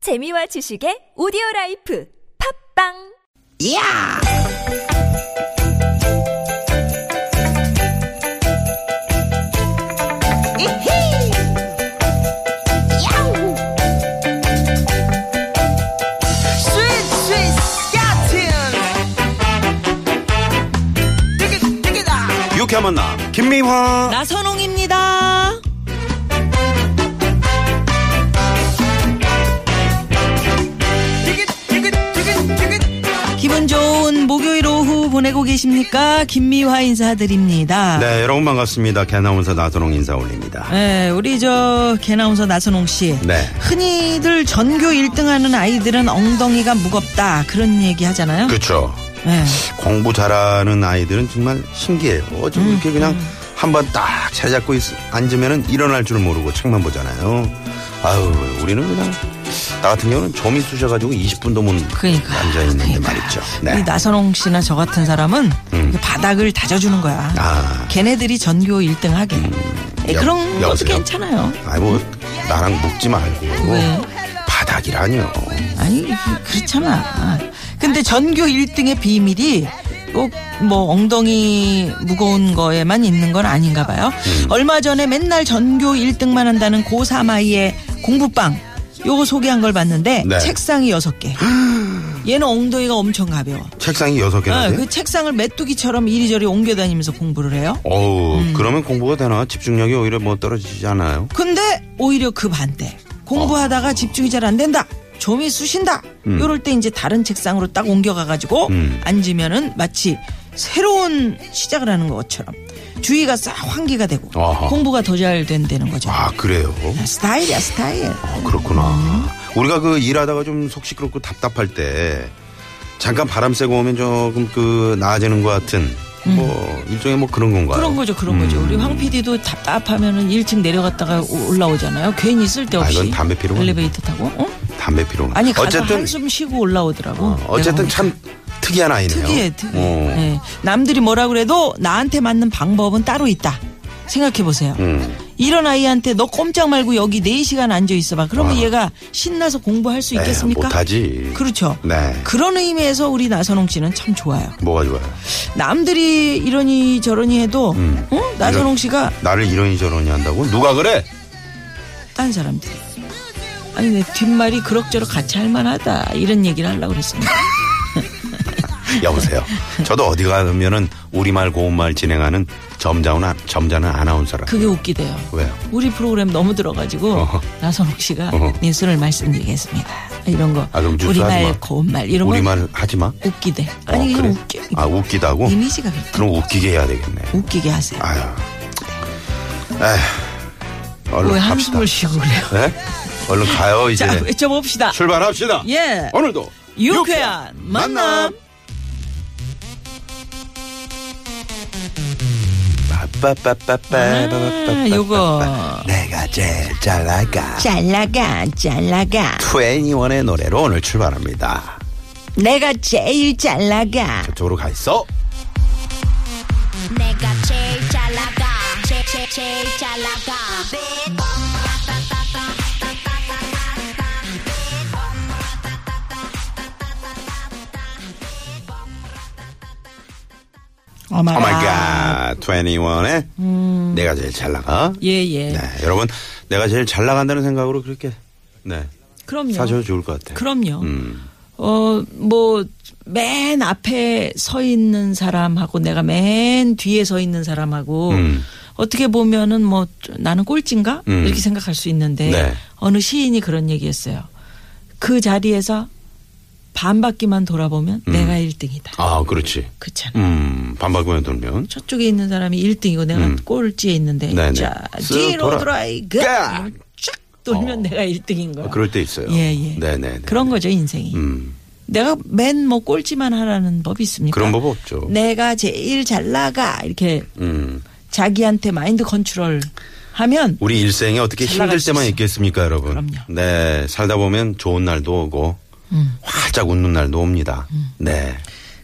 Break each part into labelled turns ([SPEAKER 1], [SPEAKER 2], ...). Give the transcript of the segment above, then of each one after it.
[SPEAKER 1] 재미와 지식의 오디오 라이프 팝빵
[SPEAKER 2] 이야! 이히! 야우! 스윗, 스윗, 스카틴! 띠기, 띠기다!
[SPEAKER 3] 유쾌한 만남 김미화
[SPEAKER 4] 아, 나선홍입니다.
[SPEAKER 2] 띠기, 띠기, 띠기, 띠기!
[SPEAKER 4] 기분 좋은 목요일 오후 보내고 계십니까? 김미화 인사드립니다.
[SPEAKER 3] 네 여러분 반갑습니다 개나운서 나선홍 인사 올립니다
[SPEAKER 4] 네, 우리 저 개나운서 나선홍 씨.
[SPEAKER 3] 네.
[SPEAKER 4] 흔히들 전교 1등하는 아이들은 엉덩이가 무겁다 그런 얘기 하잖아요.
[SPEAKER 3] 그쵸
[SPEAKER 4] 네.
[SPEAKER 3] 공부 잘하는 아이들은 정말 신기해요 어쩜
[SPEAKER 4] 음,
[SPEAKER 3] 이렇게 그냥 한번 딱 자리잡고 있, 앉으면은 일어날 줄 모르고 책만 보잖아요 아유 우리는 그냥 나 같은 경우는 점이 쑤셔가지고 20분도 못
[SPEAKER 4] 그러니까.
[SPEAKER 3] 앉아있는데
[SPEAKER 4] 그러니까.
[SPEAKER 3] 말이죠
[SPEAKER 4] 우리
[SPEAKER 3] 네. 음.
[SPEAKER 4] 나선홍 씨나 저 같은 사람은 그 바닥을 다져주는 거야.
[SPEAKER 3] 아. 음.
[SPEAKER 4] 걔네들이 전교 1등 하게. 네,
[SPEAKER 3] 여-
[SPEAKER 4] 그런 것도
[SPEAKER 3] 여보세요?
[SPEAKER 4] 괜찮아요.
[SPEAKER 3] 아이 뭐 나랑 묶지 말고
[SPEAKER 4] 왜?
[SPEAKER 3] 바닥이라니요
[SPEAKER 4] 아니 그- 그렇잖아. 근데 전교 1등의 비밀이 꼭 뭐 엉덩이 무거운 거에만 있는 건 아닌가 봐요. 얼마 전에 맨날 전교 1등만 한다는 고3 아이의 공부방 요거 소개한 걸 봤는데
[SPEAKER 3] 네.
[SPEAKER 4] 책상이 6개. 얘는 엉덩이가 엄청 가벼워.
[SPEAKER 3] 책상이 여섯 개나
[SPEAKER 4] 어,
[SPEAKER 3] 돼요?
[SPEAKER 4] 그 책상을 메뚜기처럼 이리저리 옮겨다니면서 공부를 해요.
[SPEAKER 3] 어우
[SPEAKER 4] 음.
[SPEAKER 3] 그러면 공부가 되나 집중력이 오히려 뭐 떨어지지 않아요?
[SPEAKER 4] 근데 오히려 그 반대. 공부하다가
[SPEAKER 3] 아.
[SPEAKER 4] 집중이 잘 안 된다. 좀이 쑤신다. 요럴 때 이제 다른 책상으로 딱 옮겨가가지고
[SPEAKER 3] 음.
[SPEAKER 4] 앉으면은 마치 새로운 시작을 하는 것처럼 주의가 싹 환기가 되고
[SPEAKER 3] 아하.
[SPEAKER 4] 공부가 더 잘 된다는 거죠.
[SPEAKER 3] 아 그래요?
[SPEAKER 4] 스타일이야 스타일.
[SPEAKER 3] 어, 그렇구나. 우리가 그 일하다가 좀 속 시끄럽고 답답할 때 잠깐 바람 쐬고 오면 조금 그 나아지는 것 같은 뭐 일종의 뭐 그런 건가요?
[SPEAKER 4] 음. 그런 거죠 그런 거죠.
[SPEAKER 3] 음.
[SPEAKER 4] 우리 황 PD도 답답하면은 1층 내려갔다가 오- 올라오잖아요. 괜히 쓸데없이
[SPEAKER 3] 아, 이건 담배 피우는
[SPEAKER 4] 엘리베이터 타고. 어?
[SPEAKER 3] 담배 피로.
[SPEAKER 4] 아니 가서
[SPEAKER 3] 어쨌든
[SPEAKER 4] 한숨 쉬고 올라오더라고.
[SPEAKER 3] 어, 어쨌든
[SPEAKER 4] 내가
[SPEAKER 3] 참 특이한 아이네요.
[SPEAKER 4] 특이해, 특이해.
[SPEAKER 3] 어.
[SPEAKER 4] 예. 남들이 뭐라 그래도 나한테 맞는 방법은 따로 있다. 생각해 보세요.
[SPEAKER 3] 음.
[SPEAKER 4] 이런 아이한테 너 꼼짝 말고 여기 4시간 앉아 있어봐. 그러면 얘가 신나서 공부할 수
[SPEAKER 3] 네,
[SPEAKER 4] 있겠습니까?
[SPEAKER 3] 못하지.
[SPEAKER 4] 그렇죠.
[SPEAKER 3] 네.
[SPEAKER 4] 그런 의미에서 우리 나선홍 씨는 참 좋아요.
[SPEAKER 3] 뭐가 좋아요?
[SPEAKER 4] 남들이 이러니 저러니 해도
[SPEAKER 3] 음.
[SPEAKER 4] 어? 나선홍 씨가
[SPEAKER 3] 나를 이러니 저러니 한다고? 누가 그래?
[SPEAKER 4] 딴 사람들이 아니 내 뒷말이 그럭저럭 같이 할 만하다 이런 얘기를 하려고 그랬습니다.
[SPEAKER 3] 여보세요. 저도 어디 가면은 우리말 고운말 진행하는 점잖은 아- 점잖은 아나운서라.
[SPEAKER 4] 그게 웃기대요.
[SPEAKER 3] 왜요?
[SPEAKER 4] 우리 프로그램 너무 들어가지고
[SPEAKER 3] 어허.
[SPEAKER 4] 나선욱 씨가
[SPEAKER 3] 어허.
[SPEAKER 4] 뉴스를 말씀드리겠습니다. 이런 거
[SPEAKER 3] 아, 그럼 뉴스 하지 마.
[SPEAKER 4] 우리말 고운말 이런 거
[SPEAKER 3] 우리말 하지 마.
[SPEAKER 4] 웃기대. 아니
[SPEAKER 3] 어,
[SPEAKER 4] 그냥
[SPEAKER 3] 그래?
[SPEAKER 4] 웃겨.
[SPEAKER 3] 아 웃기다고?
[SPEAKER 4] 이미지가 그렇다.
[SPEAKER 3] 그럼 웃기게 해야 되겠네.
[SPEAKER 4] 웃기게 하세요.
[SPEAKER 3] 아유. 에휴. 얼른
[SPEAKER 4] 왜
[SPEAKER 3] 갑시다.
[SPEAKER 4] 한숨을 쉬고 그래요?
[SPEAKER 3] 네? 얼른 가요 이제.
[SPEAKER 4] 자 외쳐봅시다.
[SPEAKER 3] 출발합시다.
[SPEAKER 4] 예.
[SPEAKER 3] 오늘도
[SPEAKER 4] 유쾌한 만남.
[SPEAKER 3] 빠빠빠빠빠빠빠빠.
[SPEAKER 4] 아, 요거.
[SPEAKER 3] 내가 제일 잘 나가.
[SPEAKER 4] 잘 나가 잘 나가
[SPEAKER 3] 21의 노래로 오늘 출발합니다.
[SPEAKER 4] 내가 제일 잘 나가
[SPEAKER 3] 저쪽으로 가 있어.
[SPEAKER 5] 내가 제일 잘 나가 제, 제, 제일 잘 나가
[SPEAKER 3] 오 어, 마이
[SPEAKER 4] 아.
[SPEAKER 3] 갓. 21의
[SPEAKER 4] 음.
[SPEAKER 3] 내가 제일 잘 나가.
[SPEAKER 4] 예예
[SPEAKER 3] 네, 여러분 내가 제일 잘 나간다는 생각으로 그렇게 네
[SPEAKER 4] 그럼요
[SPEAKER 3] 사셔도 좋을 것 같아요.
[SPEAKER 4] 그럼요
[SPEAKER 3] 음,
[SPEAKER 4] 어 뭐 맨 앞에 서 있는 사람하고 내가 맨 뒤에 서 있는 사람하고
[SPEAKER 3] 음.
[SPEAKER 4] 어떻게 보면은 뭐 나는 꼴찌인가
[SPEAKER 3] 음.
[SPEAKER 4] 이렇게 생각할 수 있는데
[SPEAKER 3] 네.
[SPEAKER 4] 어느 시인이 그런 얘기했어요. 그 자리에서 반 바퀴만 돌아보면 내가 1등이다.
[SPEAKER 3] 음. 아 그렇지.
[SPEAKER 4] 그렇잖아.
[SPEAKER 3] 음 반박구면 돌면
[SPEAKER 4] 저쪽에 있는 사람이 1등이고 내가 꼴찌에 있는데
[SPEAKER 3] 음. 네네.
[SPEAKER 4] 자
[SPEAKER 3] 쓱
[SPEAKER 4] 뒤로
[SPEAKER 3] 돌아. 까!
[SPEAKER 4] 돌아이가 쫙 돌면 내가 1등인 거야.
[SPEAKER 3] 아, 그럴 때 있어요.
[SPEAKER 4] 예예.
[SPEAKER 3] 네네.
[SPEAKER 4] 그런 거죠 인생이.
[SPEAKER 3] 음
[SPEAKER 4] 내가 맨 뭐 꼴찌만 하라는 법이 있습니까?
[SPEAKER 3] 그런 법 없죠.
[SPEAKER 4] 내가 제일 잘 나가 이렇게
[SPEAKER 3] 음
[SPEAKER 4] 자기한테 마인드 컨트롤 하면
[SPEAKER 3] 우리 일생에 어떻게
[SPEAKER 4] 잘
[SPEAKER 3] 힘들
[SPEAKER 4] 나갈 수
[SPEAKER 3] 때만
[SPEAKER 4] 있어.
[SPEAKER 3] 있겠습니까, 여러분?
[SPEAKER 4] 그럼요. 음.
[SPEAKER 3] 네 살다 보면 좋은 날도 오고 활짝 웃는 날도 옵니다. 네.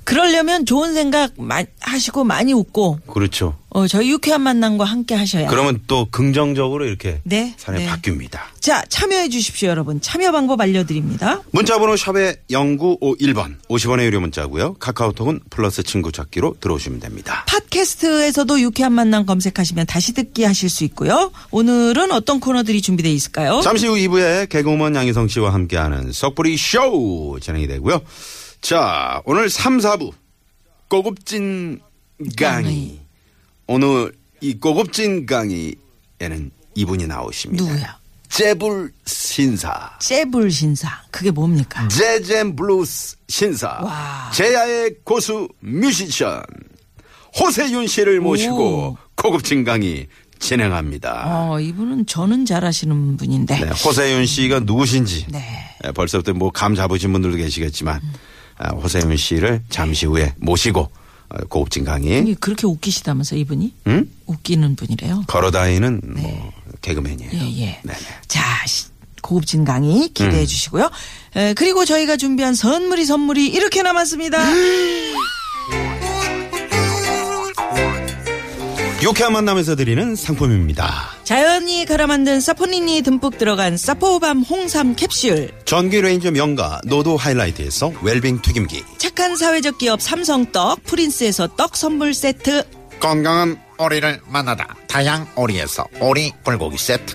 [SPEAKER 4] 그러려면 좋은 생각 마- 하시고 많이 웃고
[SPEAKER 3] 그렇죠.
[SPEAKER 4] 어, 저희 유쾌한 만남과 함께 하셔야.
[SPEAKER 3] 그러면 또 긍정적으로 이렇게
[SPEAKER 4] 네,
[SPEAKER 3] 사람이
[SPEAKER 4] 네.
[SPEAKER 3] 바뀝니다.
[SPEAKER 4] 자, 참여해 주십시오, 여러분. 참여 방법 알려드립니다.
[SPEAKER 3] 문자번호 샵에 0951번 50원의 유료 문자고요. 카카오톡은 플러스 친구 찾기로 들어오시면 됩니다.
[SPEAKER 4] 팟캐스트에서도 유쾌한 만남 검색하시면 다시 듣기 하실 수 있고요. 오늘은 어떤 코너들이 준비되어 있을까요?
[SPEAKER 3] 잠시 후 2부에 개그우먼 양희성 씨와 함께하는 석불이 쇼 진행이 되고요. 자, 오늘 3, 4부 고급진 강의. 오늘 이 고급진 강의에는 이분이 나오십니다.
[SPEAKER 4] 누구야?
[SPEAKER 3] 재불 신사.
[SPEAKER 4] 재불 신사. 그게 뭡니까?
[SPEAKER 3] 음. 재잼 블루스 신사.
[SPEAKER 4] 와.
[SPEAKER 3] 제야의 고수 뮤지션. 호세윤 씨를 모시고
[SPEAKER 4] 오.
[SPEAKER 3] 고급진 강의 진행합니다.
[SPEAKER 4] 어, 이분은 저는 잘하시는 분인데.
[SPEAKER 3] 네, 호세윤 씨가 누구신지
[SPEAKER 4] 네. 음.
[SPEAKER 3] 예, 벌써부터 뭐 감 잡으신 분들도 계시겠지만 아, 호세윤 씨를 잠시 후에 모시고 어, 고급진 강의
[SPEAKER 4] 아니, 그렇게 웃기시다면서 이분이?
[SPEAKER 3] 응?
[SPEAKER 4] 웃기는 분이래요.
[SPEAKER 3] 걸어다니는 뭐 개그맨이에요.
[SPEAKER 4] 네. 예, 예.
[SPEAKER 3] 네네.
[SPEAKER 4] 자, 시- 고급진 강의 기대해 주시고요. 에, 그리고 저희가 준비한 선물이 선물이 이렇게 남았습니다.
[SPEAKER 3] 유쾌한 만남에서 드리는 상품입니다.
[SPEAKER 4] 자연이 갈아 만든 사포닌이 듬뿍 들어간 사포밤 홍삼 캡슐.
[SPEAKER 3] 전기 레인저 명가 노도 하이라이트에서 웰빙 튀김기
[SPEAKER 4] 착한 사회적 기업 삼성떡 프린스에서 떡 선물 세트.
[SPEAKER 6] 건강한 오리를 만나다 다양 오리에서 오리 불고기 세트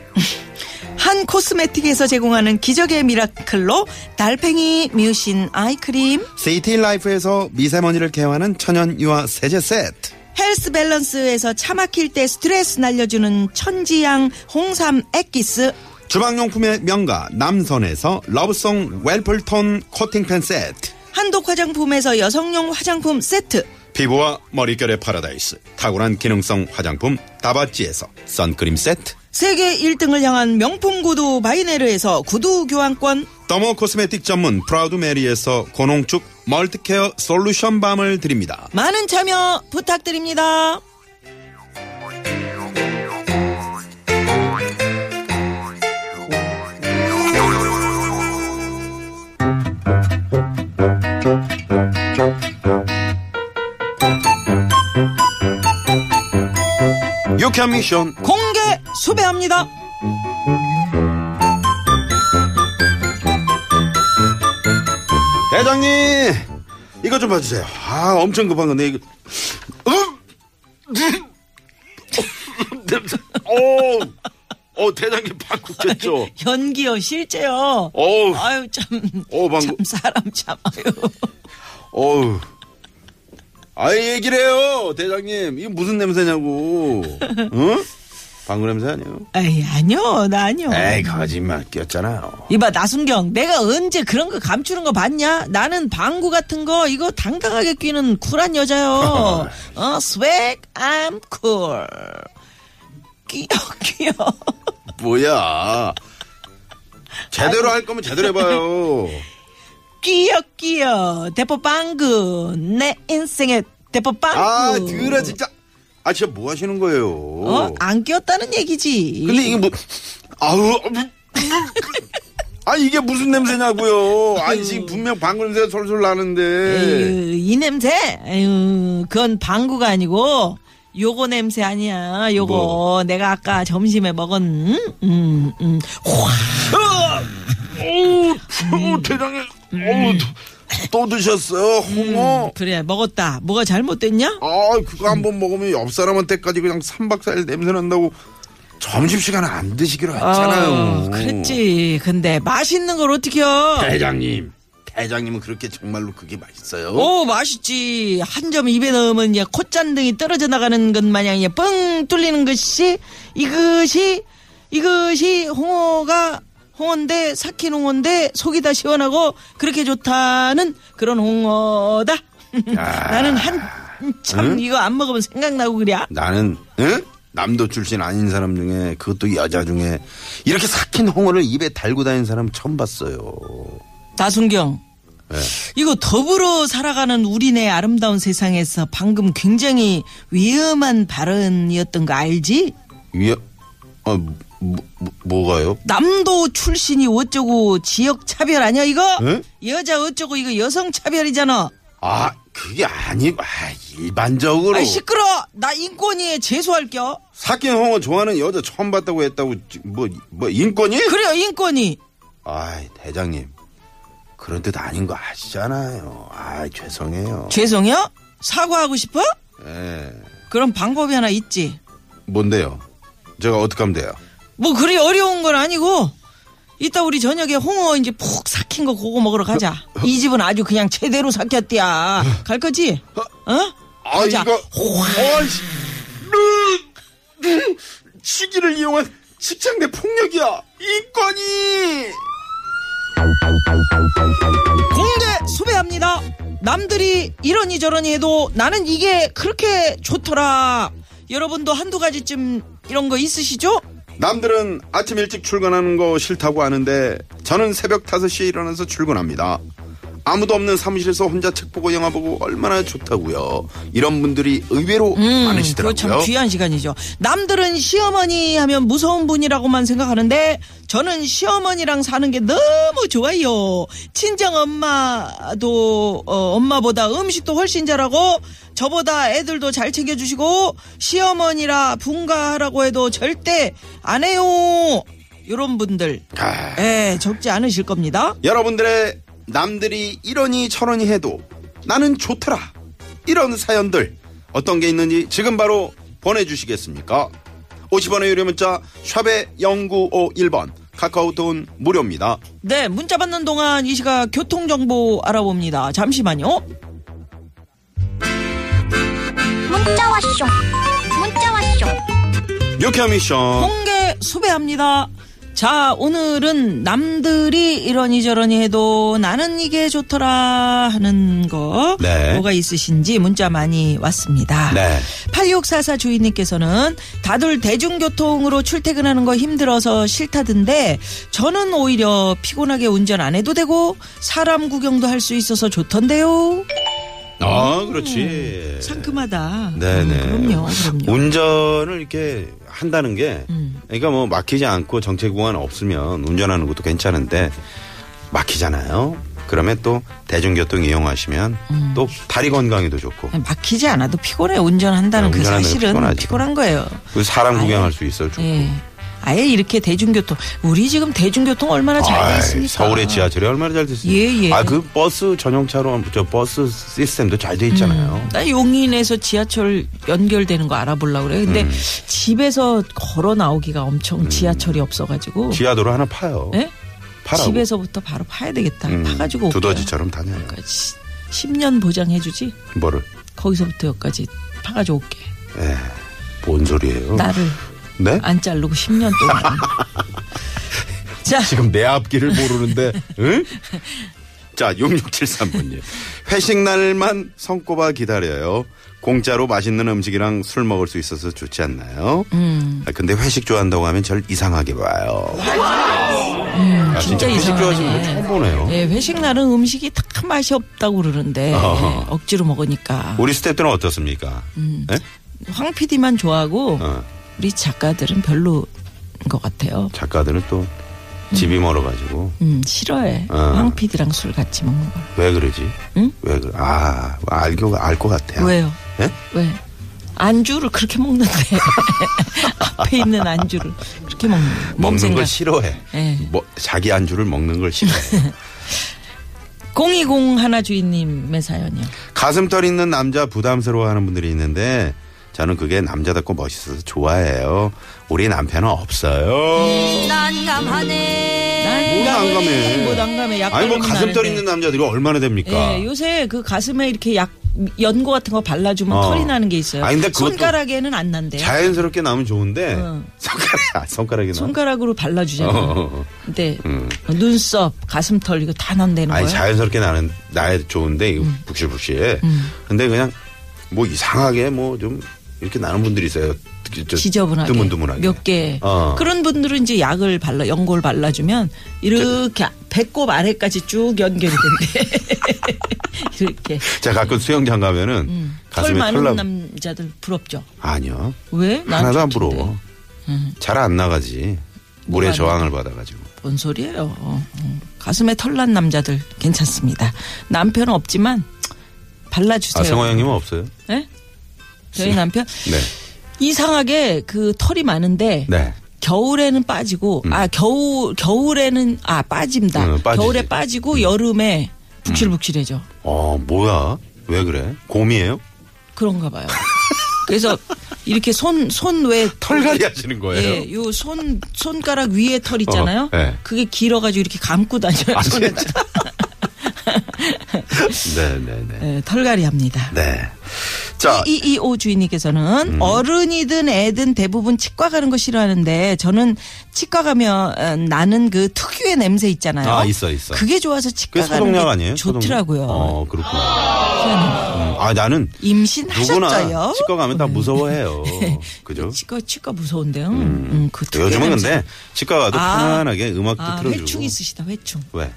[SPEAKER 4] 한 코스메틱에서 제공하는 기적의 미라클로 달팽이 뮤신 아이크림.
[SPEAKER 3] 세이티 라이프에서 미세먼지를 개화하는 천연 유화 세제 세트
[SPEAKER 4] 헬스 밸런스에서 차 막힐 때 스트레스 날려주는 천지향 홍삼 액기스.
[SPEAKER 3] 주방용품의 명가 남선에서 러브송 웰플톤 코팅팬 세트
[SPEAKER 4] 한독 화장품에서 여성용 화장품 세트.
[SPEAKER 3] 피부와 머릿결의 파라다이스 탁월한 기능성 화장품 다바찌에서 선크림 세트
[SPEAKER 4] 세계 1등을 향한 명품 구두 바이네르에서 구두 교환권.
[SPEAKER 3] 더모 코스메틱 전문 프라우드 메리에서 고농축 멀티케어 솔루션 밤을 드립니다
[SPEAKER 4] 많은 참여 부탁드립니다.
[SPEAKER 3] 유쾌한 미션
[SPEAKER 4] 공개 수배합니다.
[SPEAKER 3] 대장님 이거 좀 봐주세요 아 엄청 급한 건데 이거 음! 냄새. 오, 어 대장님 팍 굳겠죠
[SPEAKER 4] 연기요, 실제요.
[SPEAKER 3] 어우.
[SPEAKER 4] 아유, 참.
[SPEAKER 3] 어, 방금-
[SPEAKER 4] 참, 사람 참. 아유.
[SPEAKER 3] 어우. 아이 얘기를 해요, 대장님. 이게 무슨 냄새냐고. 응? 방구 냄새 아니에요?
[SPEAKER 4] 에이, 아니요, 나 아니요.
[SPEAKER 3] 에이, 거짓말 꼈잖아요.
[SPEAKER 4] 이봐, 나순경. 내가 언제 그런 거 감추는 거 봤냐? 나는 방구 같은 거, 이거 당당하게 끼는 쿨한 여자요. 어, swag, I'm cool. 귀여, 귀여.
[SPEAKER 3] 뭐야. 제대로 할 거면 제대로 해봐요.
[SPEAKER 4] 귀여, 귀여. 대포 방구. 내 인생의 대포 방구.
[SPEAKER 3] 아, 드라, 진짜. 아, 진짜 뭐 하시는 거예요?
[SPEAKER 4] 어? 안 끼웠다는 얘기지.
[SPEAKER 3] 근데 이게 뭐, 아우, 음, 아, 이게 무슨 냄새냐고요. 아니, 지금 분명 방구 냄새가 솔솔 나는데.
[SPEAKER 4] 에휴, 이 냄새? 에휴, 그건 방구가 아니고 요거 냄새 아니야. 요거
[SPEAKER 3] 뭐?
[SPEAKER 4] 내가 아까 점심에 먹은 음, 음, 음. 음.
[SPEAKER 3] 어우, 대장님. 어우, 또, 또 드셨어요? 홍어?
[SPEAKER 4] 그래 먹었다. 뭐가 잘못됐냐?
[SPEAKER 3] 아, 그거 한 번 먹으면 옆 사람한테까지 그냥 삼박사일 냄새 난다고 점심시간에 안 드시기로 했잖아요.
[SPEAKER 4] 어, 그랬지. 근데 맛있는 걸 어떻게요?
[SPEAKER 3] 대장님. 대장님은 그렇게 정말로 그게 맛있어요.
[SPEAKER 4] 오 맛있지. 한 점 입에 넣으면 이제 콧잔등이 떨어져 나가는 것 마냥 이제 뻥 뚫리는 것이 이것이 이것이 홍어가 홍어인데 삭힌 홍어인데 속이 다 시원하고 그렇게 좋다는 그런 홍어다. 나는 한참 이거 안 먹으면 생각나고 그래.
[SPEAKER 3] 나는, 응? 남도 출신 아닌 사람 중에 그것도 여자 중에 이렇게 삭힌 홍어를 입에 달고 다니는 사람 처음 봤어요.
[SPEAKER 4] 나순경. 이거 더불어 살아가는 우리네 아름다운 세상에서 방금 굉장히 위험한 발언이었던 거 알지?
[SPEAKER 3] 위에 어, 뭐, 뭐, 뭐가요?
[SPEAKER 4] 남도 출신이 어쩌고 지역 차별 아니야 이거?
[SPEAKER 3] 응?
[SPEAKER 4] 여자 어쩌고 이거 여성 차별이잖아.
[SPEAKER 3] 아, 그게 아니, 아, 일반적으로.
[SPEAKER 4] 아 시끄러. 나 인권위에 제소할게요.
[SPEAKER 3] 사킨 홍어 좋아하는 여자 처음 봤다고 했다고, 지- 뭐, 뭐, 인권이?
[SPEAKER 4] 그래요 인권위.
[SPEAKER 3] 아이, 대장님. 그런 뜻 아닌 거 아시잖아요. 아이, 죄송해요.
[SPEAKER 4] 죄송해요. 사과하고 싶어?
[SPEAKER 3] 예.
[SPEAKER 4] 그럼 방법이 하나 있지.
[SPEAKER 3] 뭔데요? 제가 어떻게 하면 돼요?
[SPEAKER 4] 뭐 그리 어려운 건 아니고 이따 우리 저녁에 홍어 이제 푹 삭힌 거 그거 먹으러 가자. 이 집은 아주 그냥 제대로 삭혔디야. 갈 거지? 어?
[SPEAKER 3] 아,
[SPEAKER 4] 가자.
[SPEAKER 3] 이거. 어, 아이씨. 으, 으, 시기를 이용한 직장 내 폭력이야. 인권이!
[SPEAKER 4] 공개 수배합니다. 남들이 이러니 저러니 해도 나는 이게 그렇게 좋더라. 여러분도 한두 가지쯤 이런 거 있으시죠?
[SPEAKER 3] 남들은 아침 일찍 출근하는 거 싫다고 하는데 저는 새벽 5시에 일어나서 출근합니다. 아무도 없는 사무실에서 혼자 책 보고 영화 보고 얼마나 좋다고요. 이런 분들이 의외로
[SPEAKER 4] 음, 그거 참
[SPEAKER 3] 많으시더라고요.
[SPEAKER 4] 귀한 시간이죠. 남들은 시어머니 하면 무서운 분이라고만 생각하는데 저는 시어머니랑 사는 게 너무 좋아요. 친정 엄마도 어, 엄마보다 음식도 훨씬 잘하고 저보다 애들도 잘 챙겨주시고 시어머니라 분가하라고 해도 절대 안 해요. 이런 분들
[SPEAKER 3] 아,
[SPEAKER 4] 예, 적지 않으실 겁니다.
[SPEAKER 3] 여러분들의 남들이 이러니 저러니 해도 나는 좋더라. 이런 사연들 어떤 게 있는지 지금 바로 보내주시겠습니까? 50원의 유료 문자 샵의 0951번 카카오톡은 무료입니다.
[SPEAKER 4] 네, 문자 받는 동안 이 시각 교통정보 알아봅니다. 잠시만요.
[SPEAKER 5] 문자 왔쇼 문자 왔쇼
[SPEAKER 3] 유쾌 미션
[SPEAKER 4] 공개 수배합니다. 자, 오늘은 남들이 이러니 저러니 해도 나는 이게 좋더라 하는 거
[SPEAKER 3] 네.
[SPEAKER 4] 뭐가 있으신지 문자 많이 왔습니다.
[SPEAKER 3] 네.
[SPEAKER 4] 8644 주인님께서는 다들 대중교통으로 출퇴근하는 거 힘들어서 싫다던데 저는 오히려 피곤하게 운전 안 해도 되고 사람 구경도 할 수 있어서 좋던데요.
[SPEAKER 3] 네. 아, 그렇지.
[SPEAKER 4] 음. 상큼하다.
[SPEAKER 3] 네네.
[SPEAKER 4] 음, 그럼요, 그럼요. 음.
[SPEAKER 3] 운전을 이렇게 한다는 게, 그러니까 뭐 막히지 않고 정체구간 없으면 운전하는 것도 괜찮은데 막히잖아요. 그러면 또 대중교통 이용하시면
[SPEAKER 4] 음.
[SPEAKER 3] 또 다리 건강에도 좋고
[SPEAKER 4] 막히지 않아도 피곤해 운전한다는
[SPEAKER 3] 네,
[SPEAKER 4] 그
[SPEAKER 3] 운전하는 게
[SPEAKER 4] 사실은
[SPEAKER 3] 피곤하지.
[SPEAKER 4] 피곤한 거예요.
[SPEAKER 3] 그 사람
[SPEAKER 4] 아유.
[SPEAKER 3] 구경할 수 있어 좋고.
[SPEAKER 4] 예. 아예 이렇게 대중교통 우리 지금 대중교통 얼마나 잘
[SPEAKER 3] 아이,
[SPEAKER 4] 돼 있습니까?
[SPEAKER 3] 서울의 지하철이 얼마나 잘 됐습니까?
[SPEAKER 4] 예, 예.
[SPEAKER 3] 아, 그 버스 전용차로, 저 버스 시스템도 잘 돼 있잖아요.
[SPEAKER 4] 나 용인에서 지하철 연결되는 거 알아보려고 그래.
[SPEAKER 3] 음.
[SPEAKER 4] 근데 집에서 걸어 나오기가 엄청 지하철이 없어가지고
[SPEAKER 3] 지하도로 하나 파요.
[SPEAKER 4] 예?
[SPEAKER 3] 파라고.
[SPEAKER 4] 집에서부터 바로 파야 되겠다.
[SPEAKER 3] 음,
[SPEAKER 4] 파가지고 올게요.
[SPEAKER 3] 두더지처럼 다녀요.
[SPEAKER 4] 그러니까 시- 10년 보장해주지.
[SPEAKER 3] 뭐를.
[SPEAKER 4] 거기서부터 여기까지 파가지고 올게.
[SPEAKER 3] 예. 뭔 소리예요?
[SPEAKER 4] 나를
[SPEAKER 3] 네?
[SPEAKER 4] 안 자르고 10년 동안. 자,
[SPEAKER 3] 지금 내 앞길을 모르는데, 응? 자, 6673번님. 회식 날만 손꼽아 기다려요. 공짜로 맛있는 음식이랑 술 먹을 수 있어서 좋지 않나요?
[SPEAKER 4] 음.
[SPEAKER 3] 아, 근데 회식 좋아한다고 하면 절 이상하게 봐요. 아,
[SPEAKER 4] 진짜
[SPEAKER 3] 회식
[SPEAKER 4] 이상하네.
[SPEAKER 3] 좋아하시는 분 처음 보네요.
[SPEAKER 4] 예, 회식 날은 음식이 다 맛이 없다고 그러는데
[SPEAKER 3] 어허.
[SPEAKER 4] 예, 억지로 먹으니까
[SPEAKER 3] 우리 스탭들은 어떻습니까?
[SPEAKER 4] 음.
[SPEAKER 3] 예?
[SPEAKER 4] 황 PD만 좋아하고
[SPEAKER 3] 어,
[SPEAKER 4] 우리 작가들은 별로인 것 같아요.
[SPEAKER 3] 작가들은 또 집이 멀어가지고.
[SPEAKER 4] 음, 싫어해.
[SPEAKER 3] 어.
[SPEAKER 4] 황 PD랑 술 같이 먹는 걸.
[SPEAKER 3] 왜 그러지? 왜 그러, 아, 알고, 알것 같아요.
[SPEAKER 4] 왜요?
[SPEAKER 3] 예?
[SPEAKER 4] 왜? 안주를 그렇게 먹는데 앞에 있는 안주를 그렇게 먹는 거야. 뭔
[SPEAKER 3] 먹는 걸
[SPEAKER 4] 생각.
[SPEAKER 3] 싫어해.
[SPEAKER 4] 예.
[SPEAKER 3] 뭐, 자기 안주를 먹는 걸 싫어해.
[SPEAKER 4] 020 하나 주인님의 사연이요.
[SPEAKER 3] 가슴털 있는 남자 부담스러워하는 분들이 있는데 저는 그게 남자답고 멋있어서 좋아해요. 우리 남편은
[SPEAKER 4] 음.
[SPEAKER 3] 없어요. 네. 뭐가 난감해.
[SPEAKER 4] 뭐 난감해. 약
[SPEAKER 3] 아니 뭐
[SPEAKER 4] 발음이
[SPEAKER 3] 가슴털
[SPEAKER 4] 나는데.
[SPEAKER 3] 있는 남자들이 얼마나 됩니까?
[SPEAKER 4] 예, 요새 그 가슴에 이렇게 약 연고 같은 거 발라주면
[SPEAKER 3] 어.
[SPEAKER 4] 털이 나는 게 있어요.
[SPEAKER 3] 아니, 근데 그것도
[SPEAKER 4] 손가락에는 안 난대요.
[SPEAKER 3] 자연스럽게 나면 좋은데
[SPEAKER 4] 어.
[SPEAKER 3] 손가락 아, 손가락이 나.
[SPEAKER 4] 손가락으로
[SPEAKER 3] 어,
[SPEAKER 4] 발라주잖아요.
[SPEAKER 3] 어, 어.
[SPEAKER 4] 근데 네. 눈썹, 가슴털 이거 다 난다는
[SPEAKER 3] 아니
[SPEAKER 4] 거예요.
[SPEAKER 3] 자연스럽게 나는 나야 좋은데 이거
[SPEAKER 4] 음.
[SPEAKER 3] 북실북실. 근데 그냥 뭐 이상하게 뭐 좀 이렇게 나는 분들이 있어요. 특히 저
[SPEAKER 4] 지저분하게
[SPEAKER 3] 드문드문하게.
[SPEAKER 4] 몇 개.
[SPEAKER 3] 어.
[SPEAKER 4] 그런 분들은 이제 약을 발라 연골 발라주면 이렇게 배꼽 아래까지 쭉 연결이 된대. 이렇게 음.
[SPEAKER 3] 제가 가끔 수영장 가면은
[SPEAKER 4] 털
[SPEAKER 3] 가슴에
[SPEAKER 4] 많은
[SPEAKER 3] 털남
[SPEAKER 4] 남자들 부럽죠.
[SPEAKER 3] 아니요.
[SPEAKER 4] 왜? 네. 난
[SPEAKER 3] 하나도 안
[SPEAKER 4] 좋던데.
[SPEAKER 3] 부러워. 잘 안 나가지. 물에
[SPEAKER 4] 음. 뭐가
[SPEAKER 3] 저항을 받아가지고.
[SPEAKER 4] 뭔 소리예요? 어, 어. 가슴에 털난 남자들 괜찮습니다. 남편은 없지만 발라주세요.
[SPEAKER 3] 아, 성호 형님은 없어요?
[SPEAKER 4] 네? 저희 남편
[SPEAKER 3] 네.
[SPEAKER 4] 이상하게 그 털이 많은데
[SPEAKER 3] 네.
[SPEAKER 4] 겨울에는 빠지고 아 겨울 겨울에는 아 빠진다.
[SPEAKER 3] 음, 빠지지.
[SPEAKER 4] 겨울에 빠지고 여름에 북실북실해져.
[SPEAKER 3] 어, 뭐야? 왜 그래? 곰이에요?
[SPEAKER 4] 그런가 봐요. 그래서 이렇게 손 손왜
[SPEAKER 3] 털갈이 하시는 거예요?
[SPEAKER 4] 예, 요 손 손가락 위에 털 있잖아요.
[SPEAKER 3] 어, 예.
[SPEAKER 4] 그게 길어가지고 이렇게 감고 다녀요.
[SPEAKER 3] 아,
[SPEAKER 4] 손에.
[SPEAKER 3] 진짜? 네, 네, 네.
[SPEAKER 4] 예, 털갈이 합니다.
[SPEAKER 3] 네. 자, 음.
[SPEAKER 4] 이이오 주인님께서는 어른이든 애든 대부분 치과 가는 거 싫어하는데 저는 치과 가면 어, 나는 그 특유의 냄새 있잖아요.
[SPEAKER 3] 아, 있어, 있어.
[SPEAKER 4] 그게 좋아서 치과
[SPEAKER 3] 그게
[SPEAKER 4] 가는 게
[SPEAKER 3] 소독약 아니에요? 소독약?
[SPEAKER 4] 좋더라고요.
[SPEAKER 3] 어, 그렇구나. 음, 아, 나는 누구나
[SPEAKER 4] 임신하셨어요? 음.
[SPEAKER 3] 치과 가면 다 무서워해요. 그죠?
[SPEAKER 4] 치과 치과 무서운데요. 음. 그 특유의
[SPEAKER 3] 요즘은
[SPEAKER 4] 냄새.
[SPEAKER 3] 근데 치과 가도
[SPEAKER 4] 아.
[SPEAKER 3] 편안하게 음악도
[SPEAKER 4] 아,
[SPEAKER 3] 틀어주고.
[SPEAKER 4] 회충 있으시다 회충
[SPEAKER 3] 왜?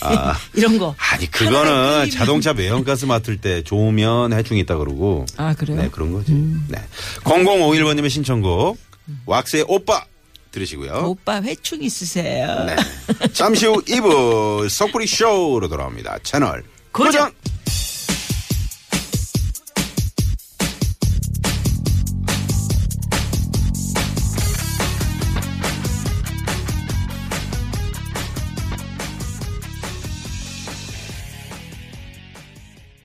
[SPEAKER 3] 아,
[SPEAKER 4] 이런 거.
[SPEAKER 3] 아니
[SPEAKER 4] 하나에
[SPEAKER 3] 그거는
[SPEAKER 4] 끌리면-
[SPEAKER 3] 자동차 매연가스 맡을 때 좋으면 해충이 있다 그러고.
[SPEAKER 4] 아, 그래요? 음.
[SPEAKER 3] 네 그런 거지. 네. 0051번님의 신청곡 왁스의 오빠 들으시고요.
[SPEAKER 4] 오빠 회충 있으세요.
[SPEAKER 3] 네. 잠시 후 2부 석불이 쇼로 돌아옵니다. 채널
[SPEAKER 4] 고정!
[SPEAKER 3] 고정.